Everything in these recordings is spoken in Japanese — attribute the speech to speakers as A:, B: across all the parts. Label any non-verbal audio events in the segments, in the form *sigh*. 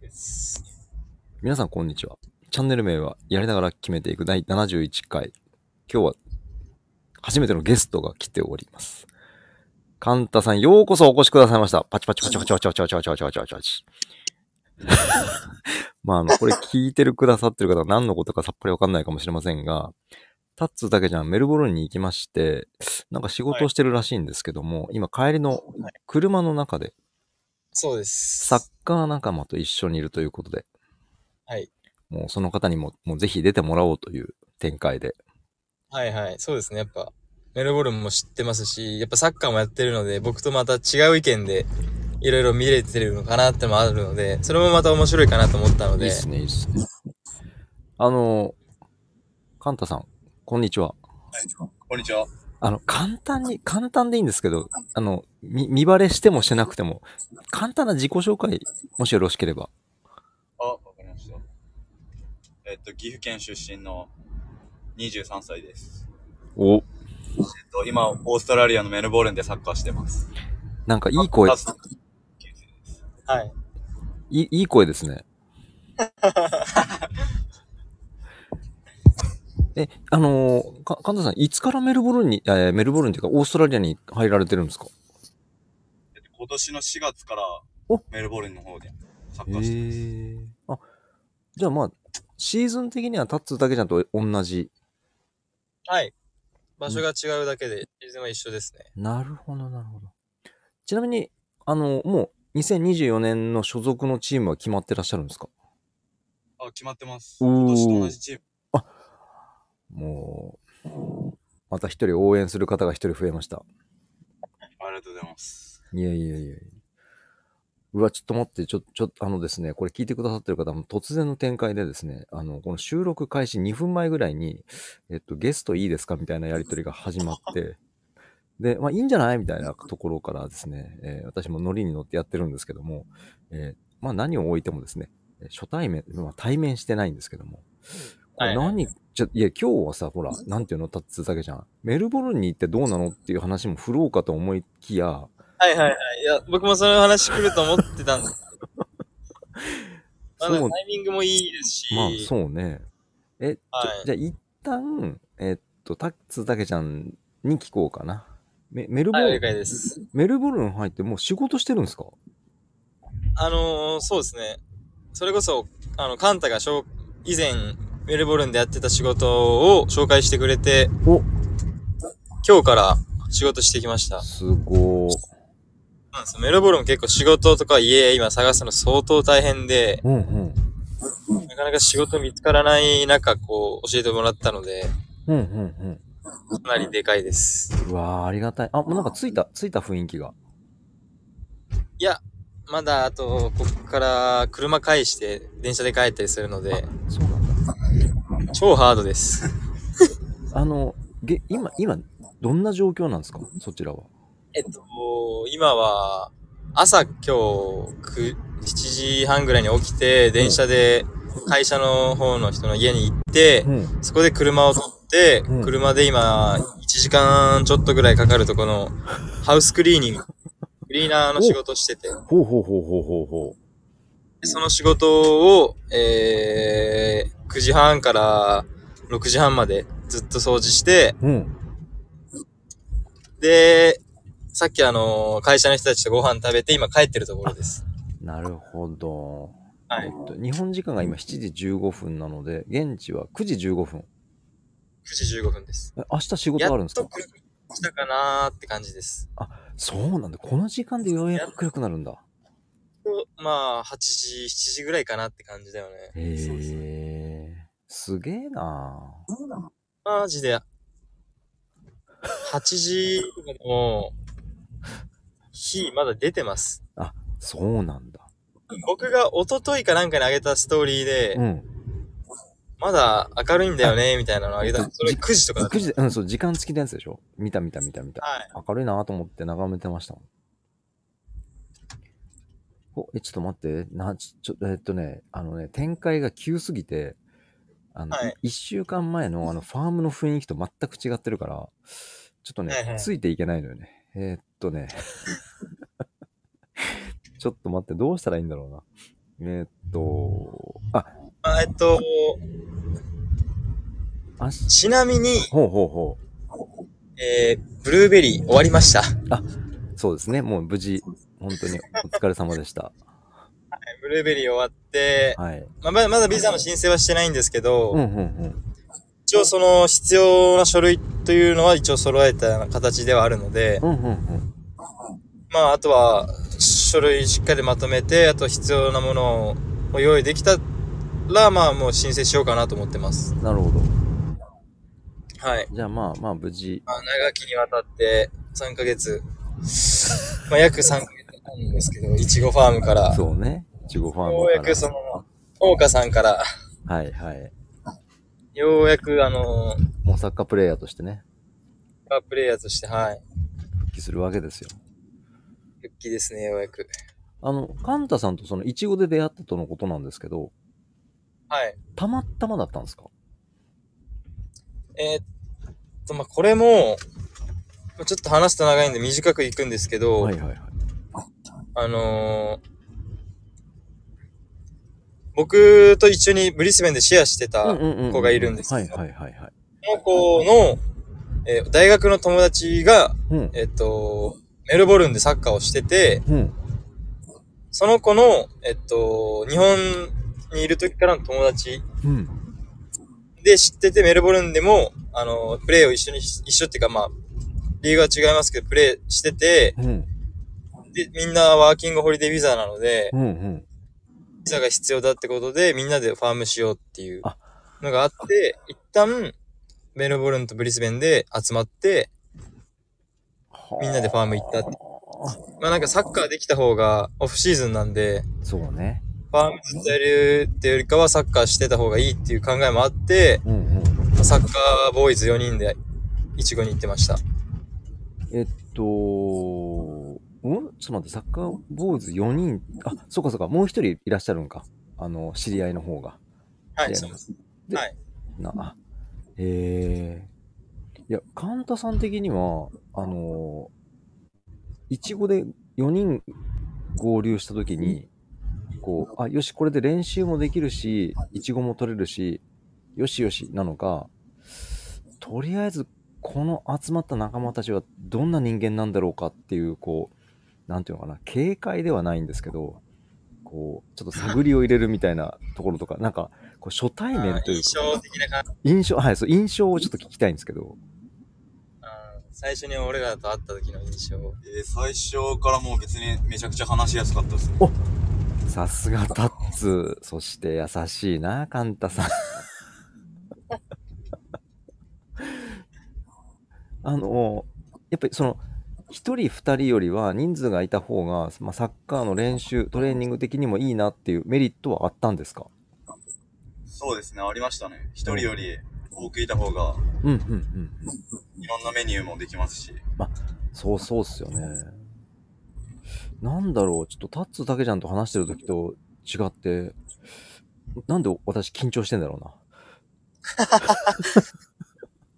A: です。皆さん、こんにちは。チャンネル名は、やりながら決めていく第71回。今日は、初めてのゲストが来ております。カンタさん、ようこそお越しくださいました。パチパチパチパチパチパチパチパチパチパチパチパチ。 *laughs* まあ、あの、これ聞いてるくださってる方は何のことかさっぱりわかんないかもしれませんが、タッツだけじゃん、メルボルンに行きまして、なんか仕事をしてるらしいんですけども、今帰りのはい車の中で、
B: そうです。
A: サッカー仲間と一緒にいるということで、
B: はい。
A: もうその方にも、もうぜひ出てもらおうという展開で。
B: はいはい。そうですね。やっぱ、メルボルンも知ってますし、やっぱサッカーもやってるので、僕とまた違う意見で、いろいろ見れてるのかなってもあるので、それもまた面白いかなと思ったの
A: いい
B: で、
A: っすね、いいっすね。あの、カンタさん、こんにちは。
C: こんにちは。
A: あの、簡単に、簡単でいいんですけど、あの、見、見バレしてもしてなくても、簡単な自己紹介、もしよろしければ。
C: あ、わかりました。えっと、岐阜県出身の23歳です。
A: お
C: えっと、今、オーストラリアのメルボルンでサッカーしてます。
A: なんかいい声
C: あ、立つ
B: はい。
A: いい、いい声です *laughs* ね。え、あのー、か、神田さん、いつからメルボルンに、えーメルボルンというか、オーストラリアに入られてるんですか
C: えっと今年の4月から
A: お
C: メルボルンの方でサッ
A: え
C: カーしてます。
A: あ、じゃあまあ、シーズン的にはタッツーだけじゃんと同じ。
B: はい。場所が違うだけで、シーズンは一緒ですね。
A: なるほど、なるほど。ちなみに、あのもう、2024年の所属のチームは決まってらっしゃるんですか
C: あ、決まってます。
A: おー
C: 今年と同じチーム。
A: もう、また一人応援する方が一人増えました。
C: ありがとうございます。
A: いやいやいや。うわ、ちょっと待って、ちょ、ちょ、あのですね、これ聞いてくださってる方も突然の展開でですね、あの、この収録開始2分前ぐらいに、えっと、ゲストいいですかみたいなやりとりが始まって、で、まあいいんじゃないみたいなところからですね、えー私もノリに乗ってやってるんですけども、えーまあ何を置いてもですね、えー初対面、まあ対面してないんですけども、これ
B: はいはい
A: 何、じゃ、いや、今日はさ、ほら、なんていうのたっつだけじゃん。メルボルンに行ってどうなのっていう話も振ろうかと思いきや、
B: はいはいはい。いや、僕もその話来ると思って
A: *laughs*
B: たんです。まあ、
A: そう
B: タイミングもいいですし、
A: まあそうね。え、
B: はい
A: じゃじゃあ一旦、えっと、タッツたけちゃんに聞こうかな。メメルボルン、
B: はい、了解です。
A: メルボルン入ってもう仕事してるんですか
B: あのーそうですね。それこそ、あの、カンタがしょう以前、メルボルンでやってた仕事を紹介してくれて、
A: お
B: 今日から仕事してきました。
A: すごー。
B: そうなんですよメルボルン結構仕事とか家今探すの相当大変で、
A: うんうん。
B: なかなか仕事見つからない中、こう、教えてもらったので、
A: うんうん
B: かなりでかいです。
A: うん。うわー、ありがたい。あ、もうなんかついた、ついた雰囲気が。
B: いや、まだあと、ここから車返して、電車で帰ったりするので、
A: そうなんだ。
B: 超ハードです。
A: あの、げ今、今、どんな状況なんですかそちらは。
B: えっと、今は、朝今日く、7時半ぐらいに起きて、電車で会社の方の人の家に行って
A: う、ん。
B: そこで車を取って
A: うん、
B: 車で今、1時間ちょっとぐらいかかるとこの、ハウスクリーニング、クリーナーの仕事してて、
A: ほうほうほうほうほうほ
B: その仕事を、えー、9時半から6時半までずっと掃除して、
A: う。うん。
B: で、さっきあの、会社の人たちとご飯食べて、今帰ってるところです。
A: なるほど。
B: はい
A: えっ。と、日本時間が今7時15分なので、現地は9時15分。
B: 9時15分です。
A: え明日仕事
B: や
A: があるん
B: っ
A: ですか
B: と来たかなーって感じです。
A: そうなんだ。この時間でようやく暗くなるんだ。
B: まあ、8時、7時ぐらいかなって感じだよね。
A: へ
C: そうです
A: え。すげえな
B: マジで、8時とかでも、火まだ出てます。
A: そうなんだ。
B: 僕が一昨日かなんかにあげたストーリーで、
A: うん。
B: まだ明るいんだよね、みたいなのあげた。それ9時とかだった。
A: 9時で、うん、そう、時間付きのやつでしょ見た見た見た見た。
B: はい。
A: 明るいなと思って眺めてましたもん。お、え、ちょっと待って。な、ちょ、ちょえっとね、あのね、展開が急すぎて、あの、
B: はい
A: 1週間前のあの、ファームの雰囲気と全く違ってるから、ちょっとね、
B: はいはい
A: ついていけないのよね。 *laughs* えーっとね、ちょっと待って、どうしたらいいんだろうな。えーっと、あ、
B: あえっと、
A: あし、
B: ちなみに、
A: ほうほうほう。
B: えー、ブルーベリー終わりました。
A: そうですね。もう無事、本当にお疲れ様でした。
B: ブルーベリー終わって、 *laughs*
A: はい。
B: まあ、まだまだビザの申請はしてないんですけど、
A: うんうんうん。
B: 一応その必要な書類というのは一応揃えた形ではあるので、
A: うんうんうん。
B: まああとは書類しっかりまとめて、あと必要なものを用意できたら、まあもう申請しようかなと思ってます。
A: なるほど。
B: はい。
A: じゃあまあまあ無事。
B: まあ長きにわたって3ヶ月、まあ約3ヶ月なんですけど、いちごファームから、
A: そうね。いちごファ
B: ようや
A: ーム
B: く
A: か
B: その、大岡さんから、
A: ら。はいはい。
B: ようやくあの、
A: もうサッカープレイヤーとしてね、
B: パワープレイヤーとして、はい。
A: 復帰するわけですよ。
B: 復帰ですね、ようやく。
A: あの、カンタさんとそのイチゴで出会ったとのことなんですけど、
B: はい。
A: たまたまだったんですか
B: えーっと、まあ、これも、まあちょっと話すと長いんで短くいくんですけど、
A: はいはいはい。
B: あのー僕と一緒にブリスベンでシェアしてた
A: うんうんうん
B: 子がいるんです
A: はい
B: けど、
A: はいはいはい。
B: その子の、えー大学の友達が、
A: うん。
B: えーっと、メルボルンでサッカーをしてて、
A: うん。
B: その子の、えーっと、日本にいる時からの友達
A: うん。
B: で知ってて、メルボルンでも、あのープレーを一緒にし、一緒っていうかまあ、リーグは違いますけど、プレーしてて、
A: うん。
B: で、みんなワーキングホリデービザなので、
A: うんうん。
B: ビザが必要だってことで、みんなでファームしようっていう
A: あ
B: のがあって、一旦、メルボルンとブリスベンで集まって、みんなでファーム行ったって。まあなんかサッカーできた方がオフシーズンなんで、
A: そうね。
B: ファームずっとやるっていうよりかはサッカーしてた方がいいっていう考えもあって、
A: うんうん。
B: サッカーボーイズ4人で、イチゴに行ってました。
A: えっと、うんちょっと待って、サッカーボーイズ4人、あ、そうかそうか、もう一人いらっしゃるんか。あの、知り合いの方が。
B: は
A: で
B: い、そうです。
A: で
B: はい。
A: なあ。ええいや、カンタさん的には、あのいちごで4人合流したときに、こう、あ、よし、これで練習もできるし、いちごも取れるし、よしよしなのか、とりあえず、この集まった仲間たちはどんな人間なんだろうかっていう、こう、なんていうのかな、警戒ではないんですけど、こう、ちょっと探りを入れるみたいなところとか、なんか、こう初対面というか
B: 印。象的な感じ。
A: 印象、はい、そう、印象をちょっと聞きたいんですけど。
B: うん最初に俺らと会った時の印象。
C: えー最初からもう別にめちゃくちゃ話しやすかったですね。
A: さすがタッツー、そして優しいな、カンタさん。 *laughs* あの、やっぱりその、一人二人よりは人数がいた方が、まあ、サッカーの練習、トレーニング的にもいいなっていうメリットはあったんですか
C: そうですね、ありましたね。一人より多くいた方が、
A: うんうんうん。
C: いろんなメニューもできますし。
A: そうそうっすよね。なんだろう、ちょっとタッツーたけちゃんと話してる時と違って、なんで私緊張してんだろうな。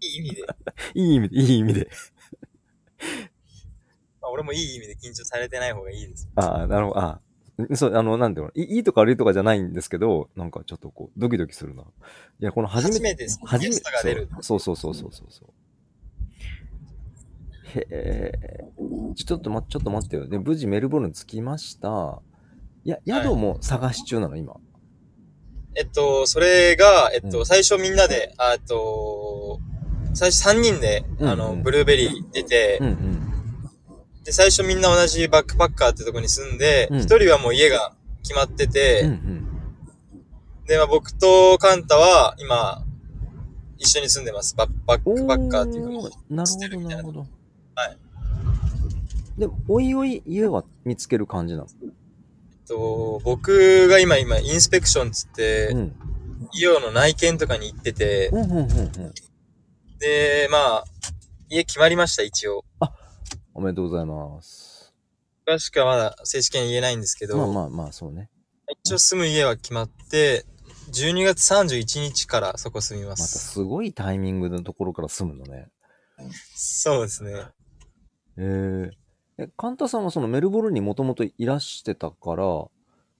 B: いい意味で。
A: いい意味で、い *laughs* い意味で。
B: まあ、俺もいい意味で緊張されてない方がいいです。
A: ああ、なるほど。ああ。そう、あの、なんていうのいいいとか悪いとかじゃないんですけど、なんかちょっとこう、ドキドキするな。いや、この初め
B: 初
A: て、
B: めてです。
A: 初め
B: ゲ
A: て
B: ストが出る。
A: そうそうそうそうそうそう。へえ。ちょっと待って、ちょっと待ってよ。で、無事メルボルン着きました。いや、宿も探し中なの、今。
B: えっと、それが、えっと、
A: うん
B: 最初みんなで、あえっと、最初3人で、
A: うん
B: あの、ブルーベリー出て、
A: うんうん。
B: で、最初みんな同じバックパッカーってとこに住んで、
A: うん
B: 一、人はもう家が決まってて、
A: うんうん。
B: で、まあ、僕とカンタは、今、一緒に住んでます。バッバッ
A: お
B: ク
A: ー
B: パッカーっていうか、
A: なる
B: 捨て
A: ほ
B: る
A: ど、
B: みた
A: ない
B: な
A: るほど。
B: はい。
A: でも、おいおい家は見つける感じなの。
B: えっと、僕が今、今、インスペクションっつって、
A: うん。
B: 医療の内見とかに行ってて、
A: うんうんうんうん。
B: で、まあ、家決まりました、一応。
A: おめでとうございます。
B: 詳しくはまだ正式には言えないんですけど、
A: まあまあまあ、そうね。
B: 一応住む家は決まって、12月31日からそこ住みま
A: また
B: す。
A: すごいタイミングのところから住むのね。
B: そうですね。
A: えー、え、カンタさんはそのメルボルンにもともといらしてたから、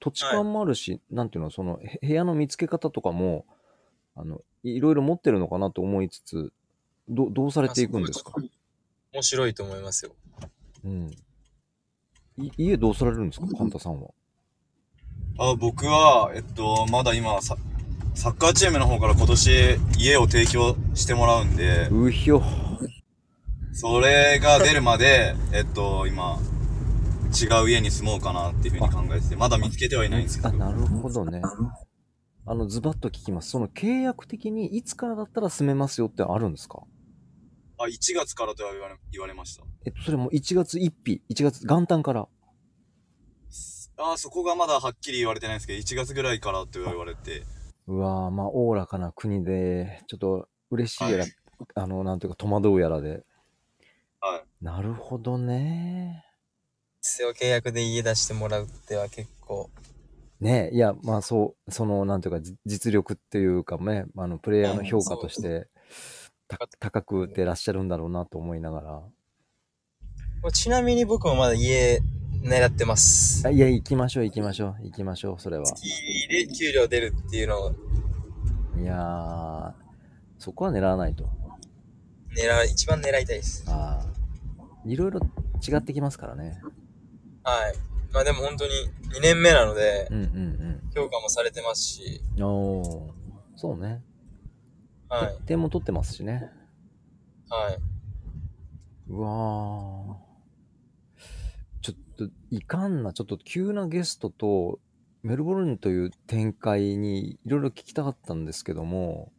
A: 土地勘もあるし、なんていうの、その、へ部屋の見つけ方とかも、あの、いいろいろ持ってるのかなと思いつつ、どどうされていくんですか
B: あごい面白いと思いますよ。
A: うん。い家どうされるんですかカンタさんは。
C: あ、僕は、えっと、まだ今、ササッカーチームの方から今年家を提供してもらうんで、
A: うひょ。
C: それが出るまで、えっと、今、違う家に住もうかなっていうふうに考えてて、まだ見つけてはいないんですけ
A: あ、
C: ど、
A: なるほどね。あの、ズバッと聞きます。その契約的にいつからだったら住めますよってあるんですか
C: あ、1月からとは言われ、言われました。
A: えっと、それも1月1日、1月元旦から。
C: あ、そこがまだはっきり言われてないんですけど、1月ぐらいからとは言われて、
A: うわぁ、まあ、おおらかな国で、ちょっと嬉しいやら
C: は、
A: あの、なんていうか戸惑うやらで。
C: はい。
A: なるほどね。
B: 必要契約で家出してもらうっては結構、
A: ねいや、まあそう、その、なんていうか、じ実力っていうかね、あの、プレイヤーの評価として、た高く打ってらっしゃるんだろうなと思いながら。
B: これちなみに僕もまだ家狙ってます。
A: あいや、行きましょう、行きましょう、行きましょう、それは。
B: 月で給料出るっていうのを
A: いやー、そこは狙わないと。
B: 狙い、一番狙いたいです。
A: あーいろいろ違ってきますからね。
B: はい。まあでも本当に2年目なので
A: う、んうん
B: 評価もされてますし、
A: うん。おー、そうね。
B: はい。
A: 点も取ってますしね。
B: はい。
A: うわー。ちょっと、いかんな。ちょっと急なゲストと、メルボルンという展開にいろいろ聞きたかったんですけども。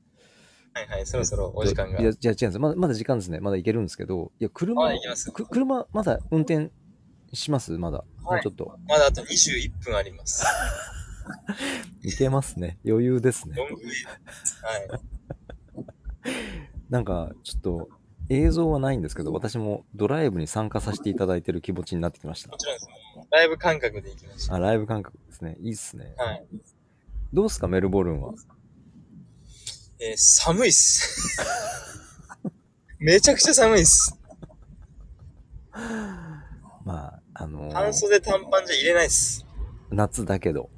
B: はいはい、そろそろお時間が。
A: いや、じゃ違うんですまだ、まだ時間ですね。まだ行けるんですけど。いや、車、
B: はい、行きます。
A: く車、まだ運転しますまだ。もうちょっと。
B: まだあと21分あります。
A: いけますね。余裕ですね
B: ロ。ングウェイはい。
A: なんか、ちょっと、映像はないんですけど、私もドライブに参加させていただいてる気持ちになってきました
B: も。ちろんです。ライブ感覚で行きまし
A: あ、ライブ感覚ですね。いいっすね。
B: た。はい。
A: どうっすか、メルボルンは。
B: えー、寒いっす。 *laughs* めちゃくちゃ寒いっす。
A: まあ、あのー
B: 半袖短パンじゃ入れないっす。
A: 夏だけど。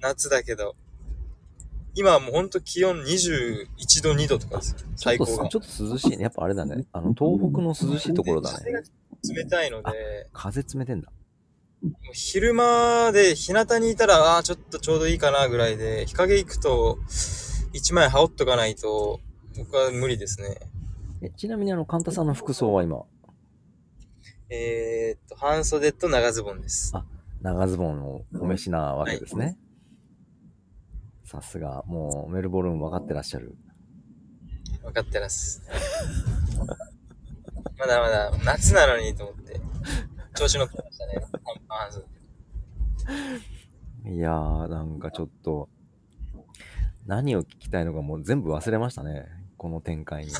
B: 夏だけど。今はもうほんと気温21度、2度とかですよ。
A: ちょっ
B: 最
A: と、
B: 高
A: ちょ
B: が
A: っ。と涼しいね。やっぱあれだね。あの、東北の涼しいところだ
B: 風が
A: ね。
B: 冷たいので、
A: 風冷てんだ。
B: もう昼間で日向にいたら、ああ、ちょっとちょうどいいかなぐらいで、日陰行くと、一枚羽織っとかないと、僕は無理ですね。
A: え、ちなみにあの、カンタさんの服装は今、
B: えー、っと、半袖と長ズボンです。
A: 長ズボンをお召しなわけですね。さすが、もうメルボルン分かってらっしゃる。
B: 分かってます。 *laughs* まだまだ夏なのにと思って、調子乗ってましたね。短パン半袖。
A: いやー、なんかちょっと、何を聞きたいのかもう全部忘れましたね。この展開
C: *laughs*
A: に。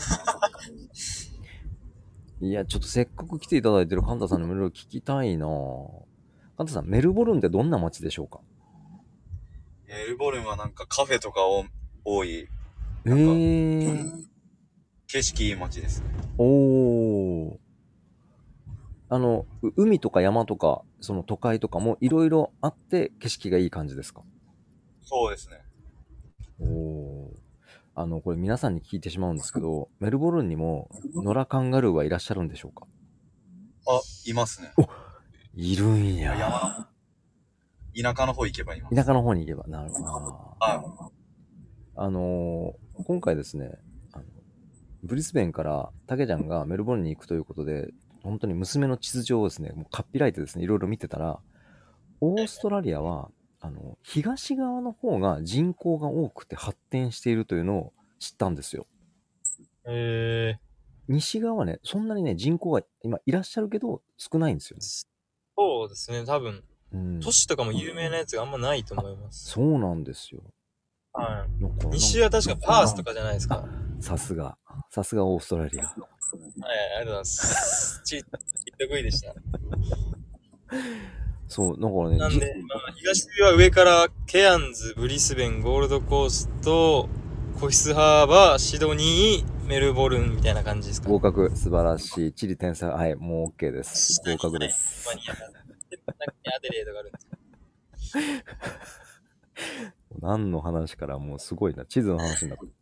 A: いや、ちょっとせっかく来ていただいてるカンタさんのいろいろ聞きたいなぁカンタさん、メルボルンってどんな街でしょうか
C: メルボルンはなんかカフェとかお多い、
A: え
C: んか
A: ー、
C: 景色いい街です。
A: おー。あの、う海とか山とか、その都会とかもいろいろあって景色がいい感じですか
C: そうですね。
A: おお。あの、これ皆さんに聞いてしまうんですけど、メルボルンにも野良カンガルーはいらっしゃるんでしょうか
C: あ、いますね。
A: いるんや。
C: 山の、田舎の方行けばいます。
A: 田舎の方に行けば、なるほど。
C: は
A: あのー今回ですね、あのブリスベンからタケちゃんがメルボルンに行くということで、本当に娘の地図上をですね、もうかっぴらいてですね、いろいろ見てたら、オーストラリアは、あの、東側の方が人口が多くて発展しているというのを知ったんですよ。
B: えー、
A: 西側はね、そんなにね、人口が今いらっしゃるけど、少ないんですよね。
B: そうですね、多分。
A: うん、
B: 都市とかも有名なやつがあんまないと思います。
A: そうなんですよ。
B: は
A: だからなん
B: い。
A: か
B: 西は確かパースとかじゃないですか。はい、
A: さすが。さすがオーストラリア。
B: ありがとうございます。ち、ち得意でした。
A: そう、だからね、
B: なん
A: じ
B: で、まあ、東は上からケアンズ、ブリスベン、ゴールドコースト、コヒスハーバー、シドニー、メルボルンみたいな感じですか、ね
A: 合。格、素晴らしい。地理天才、はい、もう OK です。合格です。
B: マニアが。なんかアデレードがあるんですけど
A: 何の話からもうすごいな。地図の話になってる。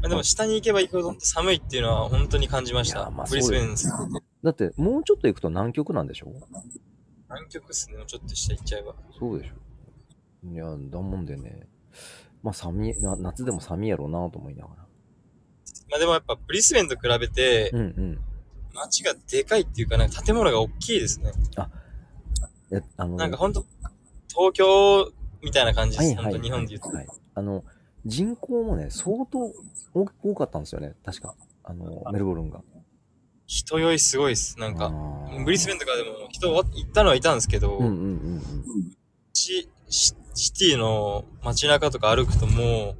B: まあでも下に行けば行くほど寒いっていうのは本当に感じまし
A: い
B: た。
A: やまあ
B: ブリスベン、
A: だって、もうちょっと行くと南極なんでしょ
B: 南極っすね。もうちょっと下行っちゃえば。
A: そうでしょ。いや、だもんでね。まあ、寒い、な夏でも寒いやろうなと思いながら。
B: まあでもやっぱブリスベンと比べて、
A: うんうん。
B: 街がでかいっていうか、なんか建物が大きいですね。
A: え、あの、
B: なんかほんと、東京みたいな感じ
A: は
B: で
A: い
B: す。
A: はい、
B: 本当日本で言うと。
A: はい。あの、人口もね、相当多多かったんですよね。確か。あの、メルボルンが。
B: 人酔いすごいです。なんか、ブリスベ
A: ン
B: ンとかでも人は行ったのはいたんですけど、
A: うんうんうんうん。
B: シシシティの街中とか歩くとも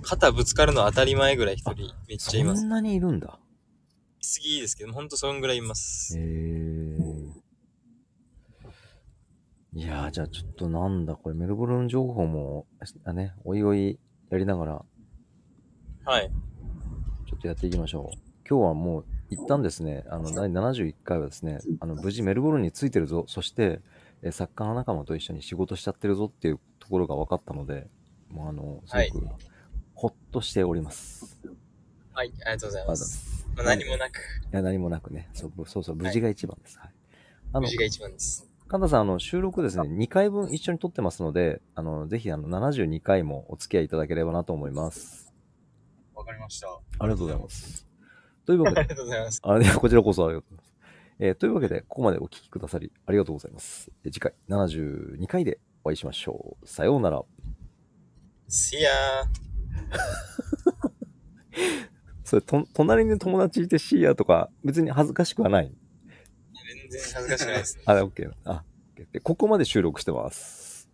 B: う、肩ぶつかるのは当たり前ぐらい一人めっちゃいます。
A: そんなにいるんだ。
B: いすぎですけど、ほんとそんぐらいいます。
A: へえ。いやー、じゃあちょっとなんだ、これメルボルン情報も、あね、おいおいやりながら、
B: はい。
A: ちょっとやっていきましょう。今日はもう、一旦ですね、あの、第71回はですね、あの、無事メルボルンについてるぞ、そして、え作家の仲間と一緒に仕事しちゃってるぞっていうところが分かったので、もうあの、すごく、ほっとしております。
B: はい、ありがとうござい
A: ま
B: ま
A: だ、
B: す。
A: い
B: まあ、何もなく、
A: や、何もなくね、そうぶそうそう、無事が一番です。はい。あ
B: 無
A: の
B: 事が一番です。
A: 神田さん、あの、収録ですね、2回分一緒に撮ってますので、あの、ぜひ、あの、72回もお付き合いいただければなと思います。
C: わかりました。
A: ありがとうございます。というわ
B: あ
A: け
B: り
A: で、
B: がとうございます。
A: あれ、こちらこそありがとうございます。えーというわけで、ここまでお聞きくださり、ありがとうございます。え次回、72回でお会いしましょう。さようなら。
B: See ya!
A: それ、と、隣に友達いてシーヤとか、別に恥ずかしくはない。
B: 全然恥ずかしくないです。
A: あ、OK。あ、OK でここまで収録してます。